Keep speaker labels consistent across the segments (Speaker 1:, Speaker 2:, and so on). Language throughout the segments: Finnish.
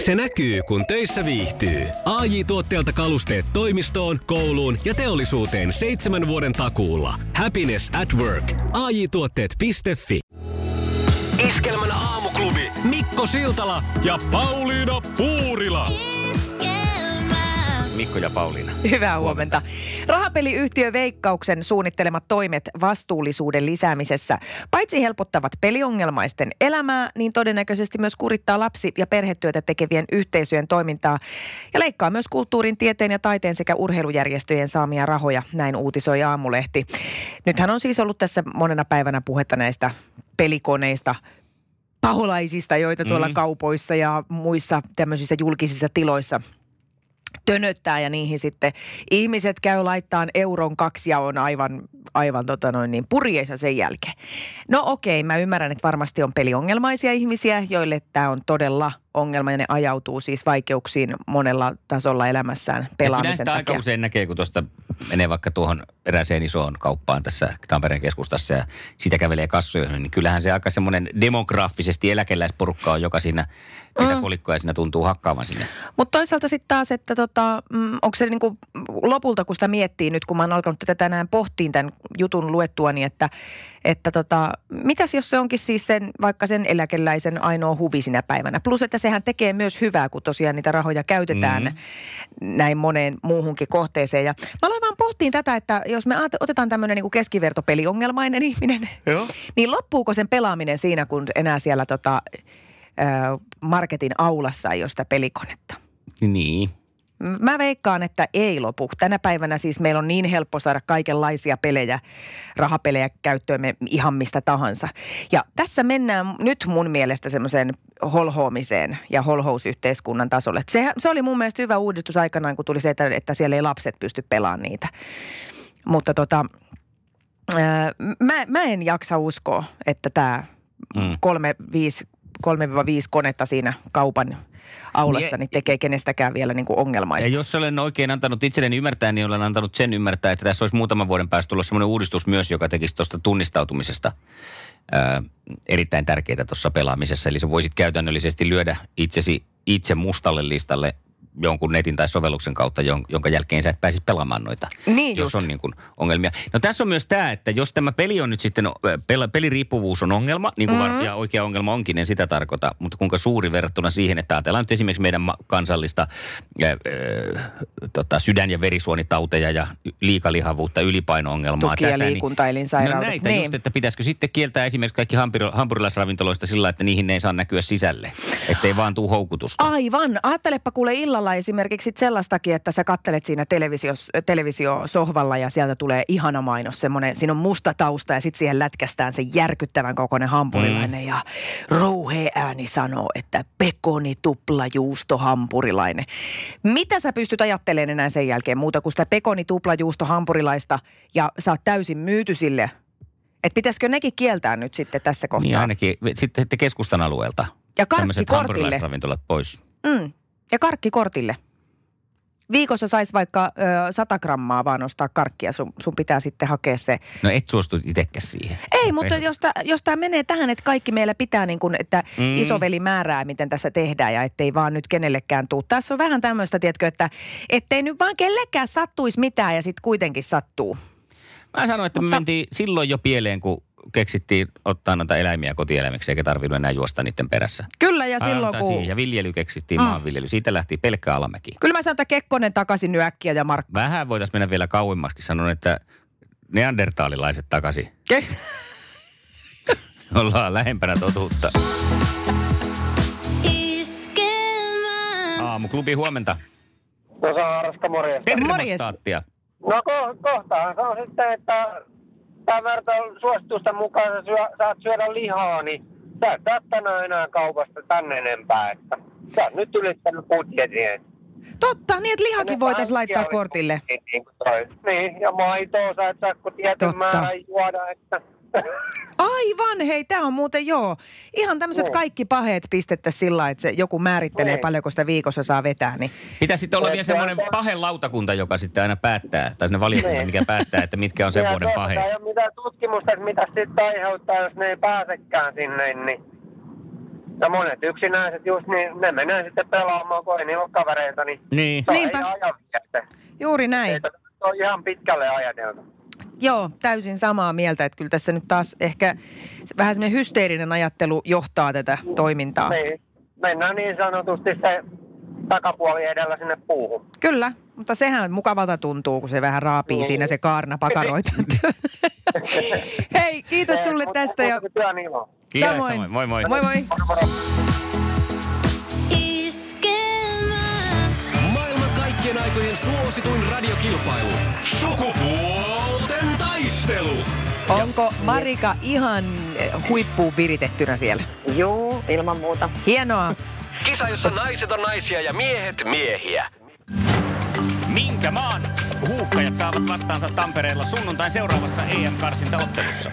Speaker 1: Se näkyy, kun töissä viihtyy. ai tuotteelta kalusteet toimistoon, kouluun ja teollisuuteen seitsemän vuoden takuulla. Happiness at work. ai tuotteetfi Iskelmän aamuklubi Mikko Siltala ja Pauliina Puurila.
Speaker 2: Mikko ja Pauliina.
Speaker 3: Hyvää huomenta. Rahapeliyhtiö Veikkauksen suunnittelemat toimet vastuullisuuden lisäämisessä paitsi helpottavat peliongelmaisten elämää, niin todennäköisesti myös kurittaa lapsi- ja perhetyötä tekevien yhteisöjen toimintaa ja leikkaa myös kulttuurin, tieteen ja taiteen sekä urheilujärjestöjen saamia rahoja, näin uutisoi Aamulehti. Nythän on siis ollut tässä monena päivänä puhetta näistä pelikoneista, paholaisista, joita tuolla mm. kaupoissa ja muissa tämmöisissä julkisissa tiloissa tönöttää ja niihin sitten ihmiset käy laittaan euron kaksi ja on aivan, aivan tota noin niin purjeissa sen jälkeen. No okei, mä ymmärrän, että varmasti on peliongelmaisia ihmisiä, joille tämä on todella ongelma ja ne ajautuu siis vaikeuksiin monella tasolla elämässään
Speaker 2: Kyllä
Speaker 3: pelaamisen
Speaker 2: sitä aika
Speaker 3: takia.
Speaker 2: usein näkee, kun tuosta menee vaikka tuohon erääseen isoon kauppaan tässä Tampereen keskustassa ja sitä kävelee kassoihin, niin kyllähän se aika semmoinen demograafisesti eläkeläisporukka on, joka siinä niitä mm. kolikkoja siinä tuntuu hakkaavan sinne.
Speaker 3: Mutta toisaalta sitten taas, että tota, onko se niinku lopulta, kun sitä miettii nyt, kun mä oon alkanut tätä tänään pohtiin tämän jutun luettua, niin että, että tota, mitäs jos se onkin siis sen, vaikka sen eläkeläisen ainoa huvi sinä päivänä. Plus, että sehän tekee myös hyvää, kun tosiaan niitä rahoja käytetään mm-hmm. näin moneen muuhunkin kohteeseen. Ja mä aloin vaan pohtiin tätä, että jos me aate- otetaan tämmöinen niinku keskivertopeliongelmainen ihminen,
Speaker 2: Joo.
Speaker 3: niin loppuuko sen pelaaminen siinä, kun enää siellä tota, ö, marketin aulassa ei ole sitä pelikonetta?
Speaker 2: Niin.
Speaker 3: Mä veikkaan, että ei lopu. Tänä päivänä siis meillä on niin helppo saada kaikenlaisia pelejä, rahapelejä käyttöömme ihan mistä tahansa. Ja tässä mennään nyt mun mielestä semmoiseen holhoamiseen ja holhousyhteiskunnan tasolle. Et Sehän, se oli mun mielestä hyvä uudistus aikanaan, kun tuli se, että, että siellä ei lapset pysty pelaamaan niitä. Mutta tota, ää, mä, mä en jaksa uskoa, että tämä
Speaker 2: Mm.
Speaker 3: kolme, viisi, kolme viisi konetta siinä kaupan aulassa
Speaker 2: Niin-
Speaker 3: niin tekee kenestäkään vielä niin kuin
Speaker 2: Ja
Speaker 3: ongelmaista.
Speaker 2: jos olen oikein antanut itselleni ymmärtää, niin olen antanut sen ymmärtää, että tässä olisi muutaman vuoden päästä tullut semmoinen uudistus myös, joka tekisi tuosta tunnistautumisesta ää, erittäin tärkeää tuossa pelaamisessa. Eli sä voisit käytännöllisesti lyödä itsesi itse mustalle listalle jonkun netin tai sovelluksen kautta, jon- jonka jälkeen sä et pääsisi pelaamaan noita,
Speaker 3: Niin
Speaker 2: jos
Speaker 3: just.
Speaker 2: on niin kuin ongelmia. No tässä on myös tämä, että jos tämä peli on nyt sitten, ö, pel- peliriippuvuus on ongelma, niin kuin mm-hmm. var- ja oikea ongelma onkin, en sitä tarkoita, mutta kuinka suuri verrattuna siihen, että ajatellaan nyt esimerkiksi meidän ma- kansallista ö, ö, tota, sydän- ja verisuonitauteja ja y- liikalihavuutta, ylipaino-ongelmaa.
Speaker 3: Tuki- ja
Speaker 2: tätä, niin-
Speaker 3: liikuntaelinsairaudet.
Speaker 2: No näitä
Speaker 3: Niin.
Speaker 2: just, että pitäisikö sitten kieltää esimerkiksi kaikki hampuri- hampurilaisravintoloista sillä, että niihin ei saa näkyä sisälle, ettei vaan tuu houkutusta.
Speaker 3: Aivan. Ajattelepa kuule illalla esimerkiksi sit sellaistakin, että sä kattelet siinä televisios, televisiosohvalla ja sieltä tulee ihana mainos. Semmoinen, siinä on musta tausta ja sitten siihen lätkästään se järkyttävän kokoinen hampurilainen mm. ja rouhea ääni sanoo, että pekoni tuplajuusto hampurilainen. Mitä sä pystyt ajattelemaan enää sen jälkeen muuta kuin sitä pekoni tuplajuusto hampurilaista ja sä oot täysin myyty sille? Että pitäisikö nekin kieltää nyt sitten tässä kohtaa?
Speaker 2: Niin ainakin sitten sitten keskustan alueelta.
Speaker 3: ja
Speaker 2: Tämmöiset
Speaker 3: karkkikortille.
Speaker 2: hampurilaisravintolat pois.
Speaker 3: Mm. Ja karkkikortille. Viikossa saisi vaikka ö, 100 grammaa vaan ostaa karkkia, sun, sun pitää sitten hakea se.
Speaker 2: No et suostu itsekäs siihen.
Speaker 3: Ei, mutta jos, tää- jos tämä menee tähän, että kaikki meillä pitää niin kuin, että
Speaker 2: Mm.
Speaker 3: mm. isoveli määrää, miten tässä tehdään ja ettei vaan nyt kenellekään tuu. Tässä on vähän tämmöistä, tiedätkö, että ettei nyt vaan kellekään sattuisi mitään ja sitten kuitenkin sattuu.
Speaker 2: Mä sanoin, että me mentiin silloin jo pieleen, kun keksittiin ottaa noita eläimiä kotieläimiksi, eikä tarvinnut enää juosta niiden perässä.
Speaker 3: Kyllä ja
Speaker 2: Aivan
Speaker 3: silloin
Speaker 2: täysin.
Speaker 3: kun...
Speaker 2: Ja viljely keksittiin, mm. maanviljely. Siitä lähti pelkkä alamäki.
Speaker 3: Kyllä mä sanon, että Kekkonen takaisin nyt äkkiä ja Mark...
Speaker 2: Vähän voitaisiin mennä vielä kauemmaskin. Sanon, että neandertaalilaiset takaisin.
Speaker 3: Ke-
Speaker 2: Ollaan lähempänä totuutta.
Speaker 4: Iskelmä.
Speaker 2: Aamuklubi huomenta.
Speaker 5: No se on Arska, morjesta.
Speaker 2: Termostaattia.
Speaker 5: No ko- kohtahan se on sitten, että tämän verran suositusten mukaan sä syö, saat syödä lihaa, niin sä et saa tänään enää kaupasta tänne enempää. Että sä oot nyt ylittänyt budjetin.
Speaker 3: Totta, niin että lihakin voitaisiin laittaa
Speaker 5: Kaikki oli
Speaker 3: kortille.
Speaker 5: budjettiin, kun toi- Niin, ja maitoa sä et saa kun tietyn
Speaker 3: Totta.
Speaker 5: Totta. määrän juoda, että...
Speaker 3: Aivan, hei, tämä on muuten joo. Ihan tämmöiset
Speaker 5: Joo.
Speaker 3: kaikki paheet pistettä sillä, lailla, että se joku määrittelee
Speaker 5: Niin.
Speaker 3: paljonko sitä viikossa saa vetää. Niin.
Speaker 2: Pitäisi sitten olla
Speaker 5: Se-
Speaker 2: vielä
Speaker 5: se on
Speaker 2: semmoinen
Speaker 5: se-
Speaker 2: pahen lautakunta, joka sitten aina päättää, tai semmoinen valiokunta,
Speaker 5: Niin.
Speaker 2: mikä päättää, että mitkä on sen
Speaker 5: Ja
Speaker 2: vuoden
Speaker 5: tuota,
Speaker 2: paheet.
Speaker 5: Ei ole mitään tutkimusta, että mitä sitten aiheuttaa, jos ne ei pääsekään sinne, niin... Ja monet yksinäiset just niin, ne menee sitten pelaamaan, kun ei niillä ole kavereita, niin
Speaker 2: Niin.
Speaker 5: saa
Speaker 3: Niinpä.
Speaker 5: ei ajan viestä.
Speaker 3: Juuri näin.
Speaker 5: Eipä se ole ihan pitkälle ajateltu.
Speaker 3: Joo, täysin samaa mieltä, että kyllä tässä nyt taas ehkä se- vähän semmoinen hysteerinen ajattelu johtaa tätä toimintaa.
Speaker 5: Niin, mennään niin sanotusti se takapuoli edellä sinne puuhun.
Speaker 3: Kyllä, mutta sehän mukavalta tuntuu, kun se vähän raapii
Speaker 5: Niin.
Speaker 3: siinä se kaarna pakaroita. Hei, kiitos No sulle tästä ja
Speaker 5: ja... Työn ilo.
Speaker 2: Kiitos
Speaker 3: samoin.
Speaker 2: samoin. Moi moi.
Speaker 3: Moi moi.
Speaker 5: niin Moro, moro.
Speaker 4: Iskelmää.
Speaker 1: Maailman kaikkien aikojen suosituin radiokilpailu. Sukupuolten taistelu.
Speaker 3: Onko Marika ihan eh, huippuun viritettynä siellä?
Speaker 6: Juu, ilman muuta.
Speaker 3: Hienoa.
Speaker 1: Kisa, jossa naiset on naisia ja miehet miehiä.
Speaker 2: Minkä maan huuhkajat saavat vastaansa Tampereella sunnuntain seuraavassa E EM-karsintaottelussa?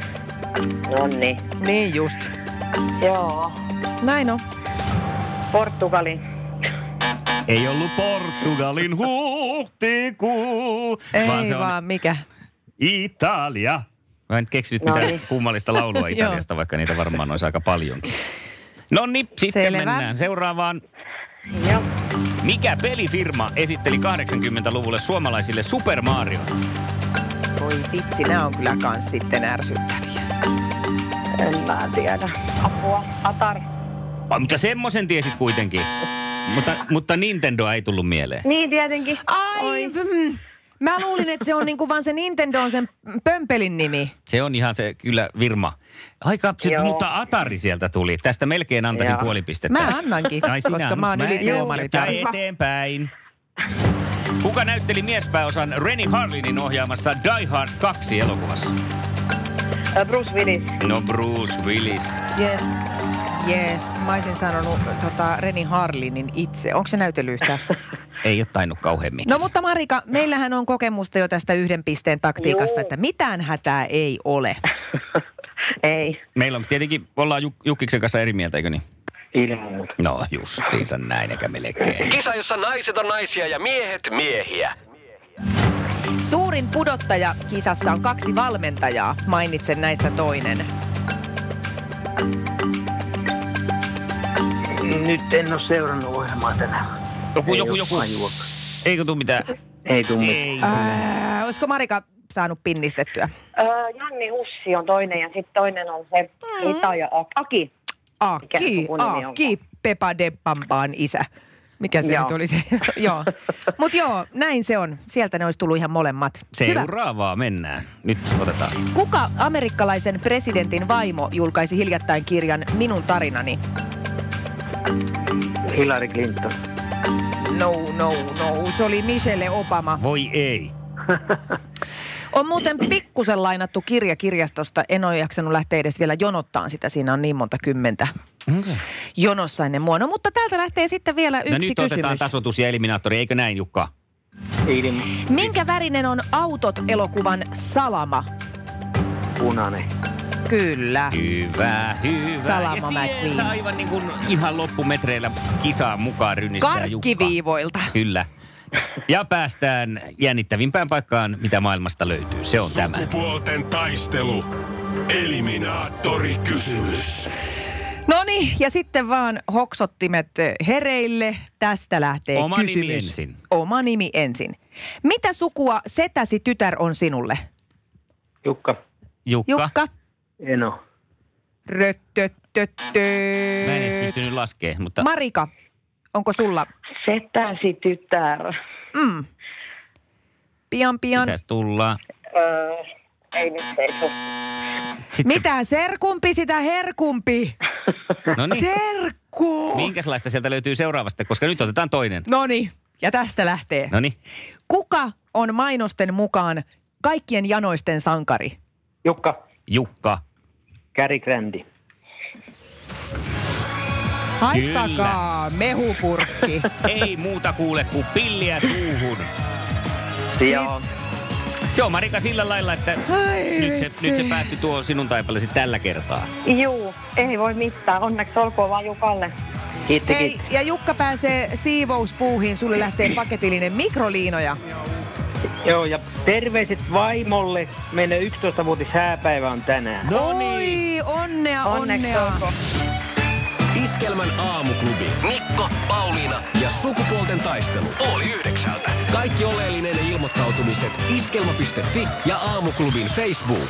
Speaker 6: Nonni.
Speaker 3: Niin just.
Speaker 6: No Joo.
Speaker 3: Näin on.
Speaker 6: Portugali.
Speaker 2: Ei ollut Portugalin huhtikuu,
Speaker 3: Ei
Speaker 2: vaan se on
Speaker 3: vaan mikä.
Speaker 2: Italia. Mä en keksi nyt
Speaker 6: No
Speaker 2: mitään
Speaker 6: niin.
Speaker 2: kummallista laulua Italiasta, vaikka niitä varmaan olisi aika paljonkin. No niin, sitten
Speaker 3: Selvä.
Speaker 2: mennään seuraavaan.
Speaker 6: Joo.
Speaker 2: Mikä pelifirma esitteli 80-luvulle suomalaisille Super Mario?
Speaker 3: Voi vitsi, nämä on kyllä kans sitten ärsyttäviä.
Speaker 6: En mä tiedä. Apua. Atar.
Speaker 2: Vai, mutta semmoisen tiesit kuitenkin. Mutta, mutta Nintendoa ei tullut mieleen.
Speaker 6: Niin tietenkin.
Speaker 3: Ai, mm. Mä luulin, että se on niinku vaan se Nintendo on sen pömpelin nimi.
Speaker 2: Se on ihan se kyllä virma. Aika, se,
Speaker 6: Joo.
Speaker 2: mutta Atari sieltä tuli. Tästä melkein antaisin
Speaker 6: Joo.
Speaker 2: puoli pistettä.
Speaker 3: Mä annankin,
Speaker 2: Ai sinä,
Speaker 3: koska
Speaker 2: mut
Speaker 3: mä oon
Speaker 2: en
Speaker 3: ylituomari
Speaker 2: Ja
Speaker 3: täällä.
Speaker 2: eteenpäin. Kuka näytteli miespääosan Renny Harlinin ohjaamassa Die Hard 2 elokuvassa?
Speaker 3: Äh,
Speaker 6: Ö, Bruce Willis.
Speaker 2: No Bruce Willis.
Speaker 3: Yes. Yes. Mä olisin sanonut tota, Reni Harlinin itse. Onko se näytellyt yhtään?
Speaker 2: Ei ole tainnut kauheammin.
Speaker 3: No mutta Marika, meillähän on kokemusta jo tästä yhden pisteen taktiikasta, että mitään hätää ei ole.
Speaker 6: Ei.
Speaker 2: Meillä on tietenkin, ollaan Juk- Jukkiksen kanssa eri mieltä, eikö niin?
Speaker 5: Ilman muuta.
Speaker 2: No justiinsa näin, eikä melkein.
Speaker 1: Kisa, jossa naiset on naisia ja miehet miehiä.
Speaker 3: Suurin pudottaja kisassa on kaksi valmentajaa. Mainitsen näistä toinen.
Speaker 7: Nyt en ole seurannut ohjelmaa tänään.
Speaker 2: Joku,
Speaker 7: Ei
Speaker 2: joku,
Speaker 7: oo
Speaker 2: joku.
Speaker 7: tajua.
Speaker 2: Eikö tuu mitään?
Speaker 7: Ei tuu mitään.
Speaker 2: Ei.
Speaker 3: Ää, Äh, olisiko Marika saanut pinnistettyä?
Speaker 6: Ö, Janni Hussi on toinen ja sitten toinen on se
Speaker 3: Mm.
Speaker 6: mm. Ita ja Ak- Aki. Mikä
Speaker 3: Aki,
Speaker 6: sukunimi onkaan?
Speaker 3: Aki, Pepa de Pampaan isä. Mikä se
Speaker 6: Joo.
Speaker 3: nyt oli se? joo. Mutta joo, näin se on. Sieltä ne olisi tullut ihan molemmat. Hyvä.
Speaker 2: Seuraavaa mennään. Nyt otetaan.
Speaker 3: Kuka amerikkalaisen presidentin vaimo julkaisi hiljattain kirjan Minun tarinani?
Speaker 7: Hillary Clinton.
Speaker 3: No, no, no. Se oli Michelle Obama.
Speaker 2: Voi ei.
Speaker 3: On muuten pikkusen lainattu kirja kirjastosta. En ole jaksanut lähteä edes vielä jonottaan sitä. Siinä on niin monta kymmentä
Speaker 2: Okay.
Speaker 3: jonossa ennen mua. No, mutta täältä lähtee sitten vielä yksi
Speaker 2: No nyt
Speaker 3: kysymys.
Speaker 2: otetaan tasotus ja eliminaattori, eikö näin Jukka?
Speaker 7: Ilma.
Speaker 3: Minkä värinen on Autot-elokuvan salama?
Speaker 7: Punainen.
Speaker 3: Kyllä.
Speaker 2: Hyvä, hyvä.
Speaker 3: Salama
Speaker 2: ja sieltä
Speaker 3: McQueen.
Speaker 2: aivan niin kuin ihan loppumetreillä kisaan mukaan rynnistää Jukka.
Speaker 3: Karkkiviivoilta.
Speaker 2: Kyllä. Ja päästään jännittävimpään paikkaan, mitä maailmasta löytyy. Se on tämä.
Speaker 1: Sukupuolten taistelu. Eliminaattori kysymys.
Speaker 3: No niin, ja sitten vaan hoksottimet eh, hereille. Tästä lähtee
Speaker 2: Oma nimi
Speaker 3: kysymys.
Speaker 2: ensin.
Speaker 3: Oma nimi ensin. Mitä sukua setäsi tytär on sinulle?
Speaker 7: Jukka.
Speaker 2: Jukka.
Speaker 3: Jukka.
Speaker 7: Eno.
Speaker 3: Röttöttöttö.
Speaker 2: Mä en edes pystynyt laskemaan, mutta
Speaker 3: Marika, onko sulla?
Speaker 6: Setäsi tytär.
Speaker 3: Mm. Pian pian.
Speaker 2: pitäisi tulla.
Speaker 6: Ö, ei nyt ei tuu.
Speaker 2: Sitten,
Speaker 3: Mitä serkumpi, sitä herkumpi.
Speaker 2: No niin.
Speaker 3: Serkku!
Speaker 2: Minkälaista sieltä löytyy seuraavasta, koska nyt otetaan toinen.
Speaker 3: Noniin, ja tästä lähtee.
Speaker 2: No niin.
Speaker 3: Kuka on mainosten mukaan kaikkien janoisten sankari?
Speaker 7: Jukka.
Speaker 2: Jukka.
Speaker 7: Cary Grandi.
Speaker 3: Haistakaa mehupurkki.
Speaker 2: Ei muuta kuule kuin pilliä suuhun.
Speaker 7: Joo.
Speaker 2: Se on Marika sillä lailla, että
Speaker 3: Ai
Speaker 2: nyt se,
Speaker 3: vitsi.
Speaker 2: nyt se päättyi tuo sinun taipaleesi tällä kertaa.
Speaker 6: Juu, ei voi mitään. Onneksi olkoon vaan Jukalle.
Speaker 7: Kiitti,
Speaker 3: Hei,
Speaker 7: kiitti.
Speaker 3: ja Jukka pääsee siivouspuuhiin. Sulle lähtee paketillinen mikroliinoja.
Speaker 7: Joo, ja terveiset vaimolle. Meidän 11-vuotis
Speaker 2: No
Speaker 7: hääpäivä on tänään.
Speaker 2: niin.
Speaker 3: Oi, onnea,
Speaker 6: Onneksi
Speaker 3: onnea.
Speaker 6: olkoon.
Speaker 1: Iskä Iskelmän aamuklubi. Mikko, Pauliina ja sukupuolten taistelu. Oli yhdeksältä. Kaikki oleellinen ilmoittautumiset iskelma.fi ja aamuklubin Facebook.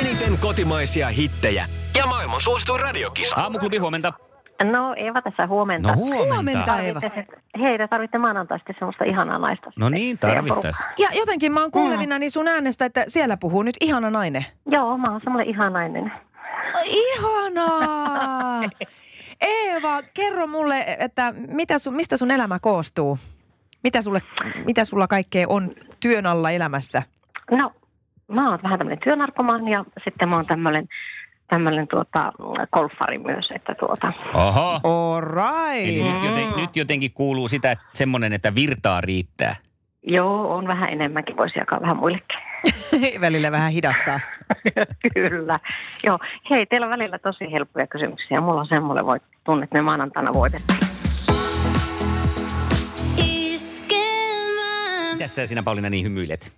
Speaker 1: Eniten kotimaisia hittejä ja maailman suosituin radiokisa.
Speaker 2: Aamuklubi huomenta.
Speaker 6: No Eeva tässä huomenta.
Speaker 2: No huomenta.
Speaker 3: Huomenta Eeva.
Speaker 6: Tarvitsette- Hei, te tarvitte maanantaista semmoista ihanaa naista.
Speaker 2: No niin, tarvittaisi.
Speaker 3: Ja jotenkin mä oon kuulevina niin sun äänestä, että siellä puhuu nyt ihana nainen.
Speaker 6: Joo, mä oon semmoinen ihanainen.
Speaker 3: Ai, Ihanaa! Eeva, kerro mulle, että mitä sun, mistä sun elämä koostuu? Mitä, sulle, mitä sulla kaikkea on työn alla elämässä?
Speaker 6: No, mä oon vähän tämmöinen työnarkomaan ja sitten mä oon tämmöinen tämmöinen tuota, golfari myös, että tuota,
Speaker 2: Oho.
Speaker 3: All right.
Speaker 2: Eli nyt, joten, nyt jotenkin kuuluu sitä, että semmoinen, että virtaa riittää.
Speaker 6: joo, on vähän enemmänkin, voisi jakaa vähän muillekin.
Speaker 3: Välillä vähän hidastaa.
Speaker 6: Kyllä. Joo. Hei, teillä on välillä tosi helppoja kysymyksiä. Mulla on semmoinen voit, tunnet ne maanantaina voitettiin.
Speaker 4: Iskelmää.
Speaker 2: Tässä sinä Pauliina niin hymyilet.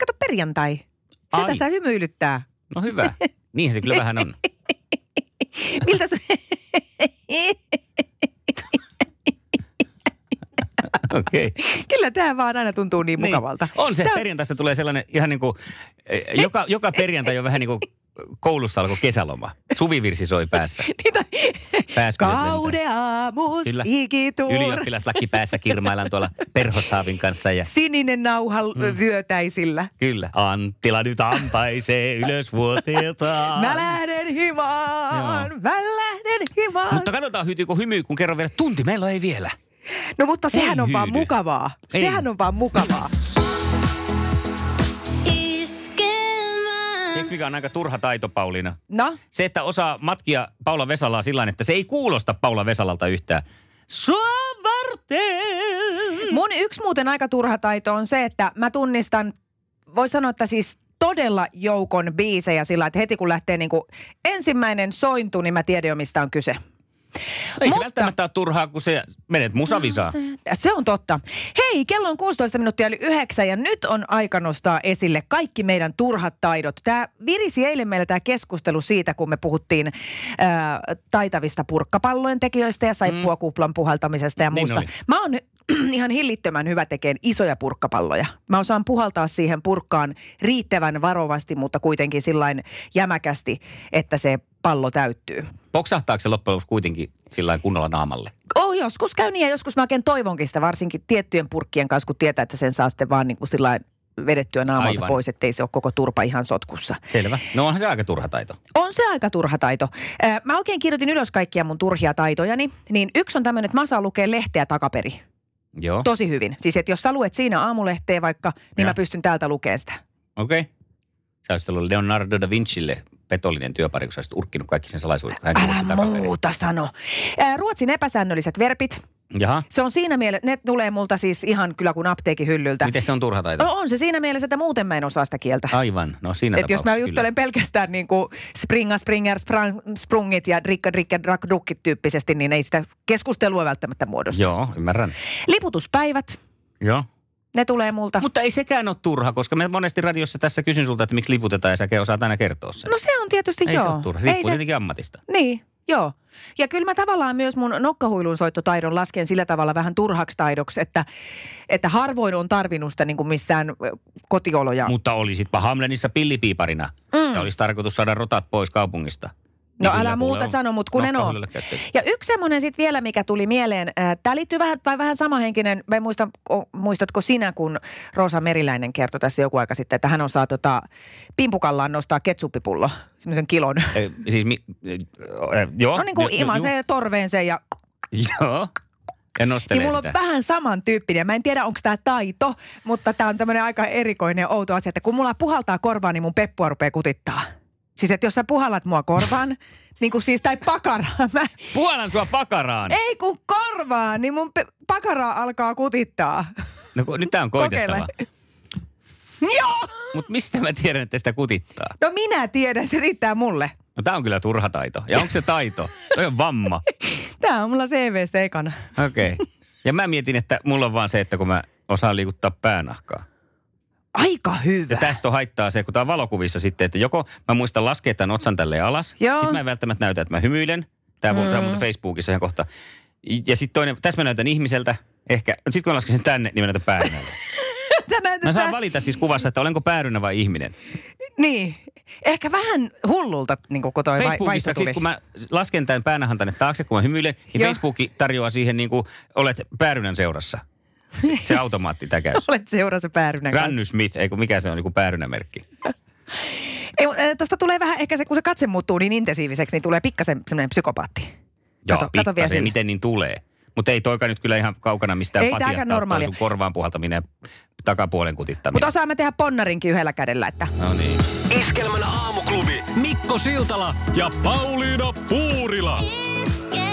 Speaker 3: Kato perjantai. Se
Speaker 2: Ai.
Speaker 3: tässä hymyilyttää.
Speaker 2: No hyvä. Niinhän se kyllä vähän on.
Speaker 3: Miltä sun...
Speaker 2: Okei. Okay.
Speaker 3: Kyllä tämä vaan aina tuntuu niin mukavalta.
Speaker 2: Niin. On se,
Speaker 3: Tää-
Speaker 2: perjantaista tulee sellainen ihan niin kuin, eh, joka, joka perjantai on vähän niin kuin koulussa alkoi kesäloma. Suvivirsi soi päässä.
Speaker 3: Niitä...
Speaker 2: Pääskyset lentää.
Speaker 3: Kauden aamus,
Speaker 2: Kyllä.
Speaker 3: ikitur,
Speaker 2: Ylioppilaslaki päässä kirmailan tuolla perhosaavin kanssa ja
Speaker 3: sininen nauha mm. vyötäisillä.
Speaker 2: kyllä. Anttila nyt ampaisee ylös vuoteeltaan.
Speaker 3: Mä lähden himaan, Joo. mä lähden himaan.
Speaker 2: Mutta katsotaan hyytyykö hymy, kun kerron vielä tunti. Meillä ei vielä.
Speaker 3: no mutta sehän
Speaker 2: Ei
Speaker 3: on vaan
Speaker 2: hyydy.
Speaker 3: mukavaa.
Speaker 2: Ei.
Speaker 3: Sehän on vaan mukavaa.
Speaker 4: Iskelmää.
Speaker 2: Eikö mikä on aika turha taito, Pauliina?
Speaker 3: No,
Speaker 2: Se, että osaa matkia Paula Vesalaa sillä että se ei kuulosta Paula Vesalalta yhtään. Sua varten!
Speaker 3: mun yksi muuten aika turha taito on se, että mä tunnistan, voi sanoa, että siis todella joukon biisejä sillä, että heti kun lähtee niin kuin ensimmäinen sointu, niin mä tiedän jo mistä on kyse.
Speaker 2: Ei se
Speaker 3: Mutta- No
Speaker 2: välttämättä ole turhaa, kun se menet musavisaan.
Speaker 3: Se on totta. Hei, kello on 16 minuuttia yli 9 ja nyt on aika nostaa esille kaikki meidän turhat taidot. Tämä virisi eilen meillä tämä keskustelu siitä, kun me puhuttiin ää, taitavista purkkapallojen tekijöistä ja saippuakuplan puhaltamisesta ja
Speaker 2: Mm. Niin
Speaker 3: muusta.
Speaker 2: oli.
Speaker 3: Mä oon ihan hillittömän hyvä tekeen isoja purkkapalloja. Mä osaan puhaltaa siihen purkkaan riittävän varovasti, mutta kuitenkin sillain jämäkästi, että se pallo täyttyy.
Speaker 2: Poksahtaako se loppujen lopuksi kuitenkin sillä lailla kunnolla naamalle?
Speaker 3: Oh, joskus käy niin ja joskus mä oikein toivonkin sitä, varsinkin tiettyjen purkkien kanssa, kun tietää, että sen saa sitten vaan niin kuin sillä vedettyä naamalta
Speaker 2: Aivan.
Speaker 3: pois, ettei se ole koko turpa ihan sotkussa.
Speaker 2: Selvä. No onhan se aika turha taito.
Speaker 3: On se aika turha taito. Ö, Mä oikein kirjoitin ylös kaikkia mun turhia taitojani, niin yksi on tämmöinen, että mä osaan lukea lehteä takaperi.
Speaker 2: Joo.
Speaker 3: Tosi hyvin. Siis että jos sä luet siinä aamulehteä vaikka, niin
Speaker 2: Joo.
Speaker 3: mä pystyn täältä lukemaan sitä.
Speaker 2: Okei. Okay. Sä olisit ollut Leonardo da Vincille petollinen työpari, kun sä olisit urkkinut kaikki sen salaisuudet. kun hän kirjoitti
Speaker 3: Älä
Speaker 2: takaperin.
Speaker 3: muuta sano. Ö, Ruotsin epäsäännölliset verpit.
Speaker 2: Jaha.
Speaker 3: Se on siinä mielessä, ne tulee multa siis ihan kyllä kuin apteekin hyllyltä.
Speaker 2: Miten se on turha taito?
Speaker 3: No on se siinä mielessä, että muuten mä en osaa sitä kieltä.
Speaker 2: Aivan. No siinä
Speaker 3: Et jos mä
Speaker 2: tapauksessa
Speaker 3: juttelen pelkästään niin kuin springa, springer, sprang, sprungit ja rikka, rikka, drak, drukkit tyyppisesti, niin ei sitä keskustelua välttämättä muodostu.
Speaker 2: Kyllä. Joo, ymmärrän.
Speaker 3: Liputuspäivät,
Speaker 2: Joo.
Speaker 3: ne tulee multa.
Speaker 2: Mutta ei sekään ole turha, koska me monesti radiossa tässä kysyn sulta, että miksi liputetaan ja säkin osaat aina kertoa sen.
Speaker 3: no se on tietysti
Speaker 2: ei
Speaker 3: joo.
Speaker 2: se ole turha.
Speaker 3: ei
Speaker 2: Riippuu
Speaker 3: se,
Speaker 2: tietenkin ammatista.
Speaker 3: niin, joo. Ja kyllä mä tavallaan myös mun nokkahuilun soittotaidon lasken sillä tavalla vähän turhaksi taidoksi, että, että harvoin on tarvinnut sitä niin kuin missään ö, kotioloja.
Speaker 2: Mutta olisitpa Hamlenissa pillipiiparina. Mm. Ja olisi tarkoitus saada rotat pois kaupungista.
Speaker 3: No
Speaker 2: Niin
Speaker 3: älä
Speaker 2: kyllä mulle
Speaker 3: muuta
Speaker 2: on
Speaker 3: sano, mutta kun en oo.
Speaker 2: nokkahuilulle käyttö.
Speaker 3: Ja yksi semmoinen sitten vielä, mikä tuli mieleen, tämä liittyy vähän, tai vähän samahenkinen, mä en muista, ko- muistatko sinä, kun Rosa Meriläinen kertoi tässä joku aika sitten, että hän osaa tota, pimpukallaan nostaa ketsuppipullo, semmoisen kilon.
Speaker 2: Ei, Siis, mi, eh, eh, joo.
Speaker 3: No niin kuin
Speaker 2: Ju- ju-
Speaker 3: imaisee torveen sen ja
Speaker 2: ju- Joo. Ja
Speaker 3: niin
Speaker 2: nostelee
Speaker 3: mulla on
Speaker 2: sitä.
Speaker 3: vähän samantyyppinen. Mä en tiedä, onko tämä taito, mutta tämä on tämmöinen aika erikoinen ja outo asia, että kun mulla puhaltaa korvaan, niin mun peppua rupeaa kutittaa. Siis että jos sä puhalat mua korvaan, niin kuin siis, tai pakaraan, mä,
Speaker 2: Puolan sua pakaraan.
Speaker 3: Ei kun korvaa, niin mun pe- pakaraa alkaa kutittaa.
Speaker 2: No, kun- nyt tää on koitettava.
Speaker 3: Joo!
Speaker 2: Mutta mistä mä tiedän, että sitä kutittaa?
Speaker 3: No minä tiedän, se riittää mulle.
Speaker 2: No tää on kyllä turha taito. Ja onko se taito? Toi on vamma.
Speaker 3: Tää on mulla CVstä ekana.
Speaker 2: Okei. Okay. Ja mä mietin, että mulla on vaan se, että kun mä osaan liikuttaa päänahkaa.
Speaker 3: Aika
Speaker 2: Ja
Speaker 3: hyvä.
Speaker 2: tästä on haittaa se, kun tämä on valokuvissa sitten, että joko mä muistan laskea tämän otsan tälle alas,
Speaker 3: Joo.
Speaker 2: sitten mä en välttämättä näytä, että mä hymyilen. Tämä mm. on muuten Facebookissa ihan kohta. Ja sitten toinen, tässä mä näytän ihmiseltä, ehkä. Sitten kun mä lasken sen tänne, niin mä näytän päärynältä.
Speaker 3: Sä näytät
Speaker 2: Mä
Speaker 3: vähän-
Speaker 2: saan valita siis kuvassa, että olenko päärynä vai ihminen.
Speaker 3: Niin. Ehkä vähän hullulta, niin kuin toi vai-
Speaker 2: Facebookissa,
Speaker 3: vaihto
Speaker 2: sit,
Speaker 3: tuli.
Speaker 2: kun mä lasken tämän päänahan tänne taakse, kun mä hymyilen, niin
Speaker 3: Joo.
Speaker 2: Facebook tarjoaa siihen niin kuin olet päärynän seurassa. Se, se automaattitäkäys.
Speaker 3: Olet seurassa päärynän kanssa.
Speaker 2: Granny Smith, ei kun mikä se on, joku päärynämerkki.
Speaker 3: Ei, mutta, äh, tosta tulee vähän ehkä se, kun se katse muuttuu niin intensiiviseksi, niin tulee pikkasen semmoinen psykopaatti.
Speaker 2: Joo,
Speaker 3: Kato- kato vielä
Speaker 2: pikkasen,
Speaker 3: sille.
Speaker 2: miten niin tulee. Mutta ei toika nyt kyllä ihan kaukana mistään
Speaker 3: Ei tääkään
Speaker 2: patiasta,
Speaker 3: normaalia.
Speaker 2: normaalia. sun korvaan puhaltaminen ja takapuolen
Speaker 3: Mutta
Speaker 2: kutittaminen.
Speaker 3: osaan mä tehdä ponnarinkin yhdellä kädellä, että
Speaker 2: No niin.
Speaker 1: Iskelmän aamuklubi. Mikko Siltala ja Pauliina Puurila.
Speaker 4: esquema.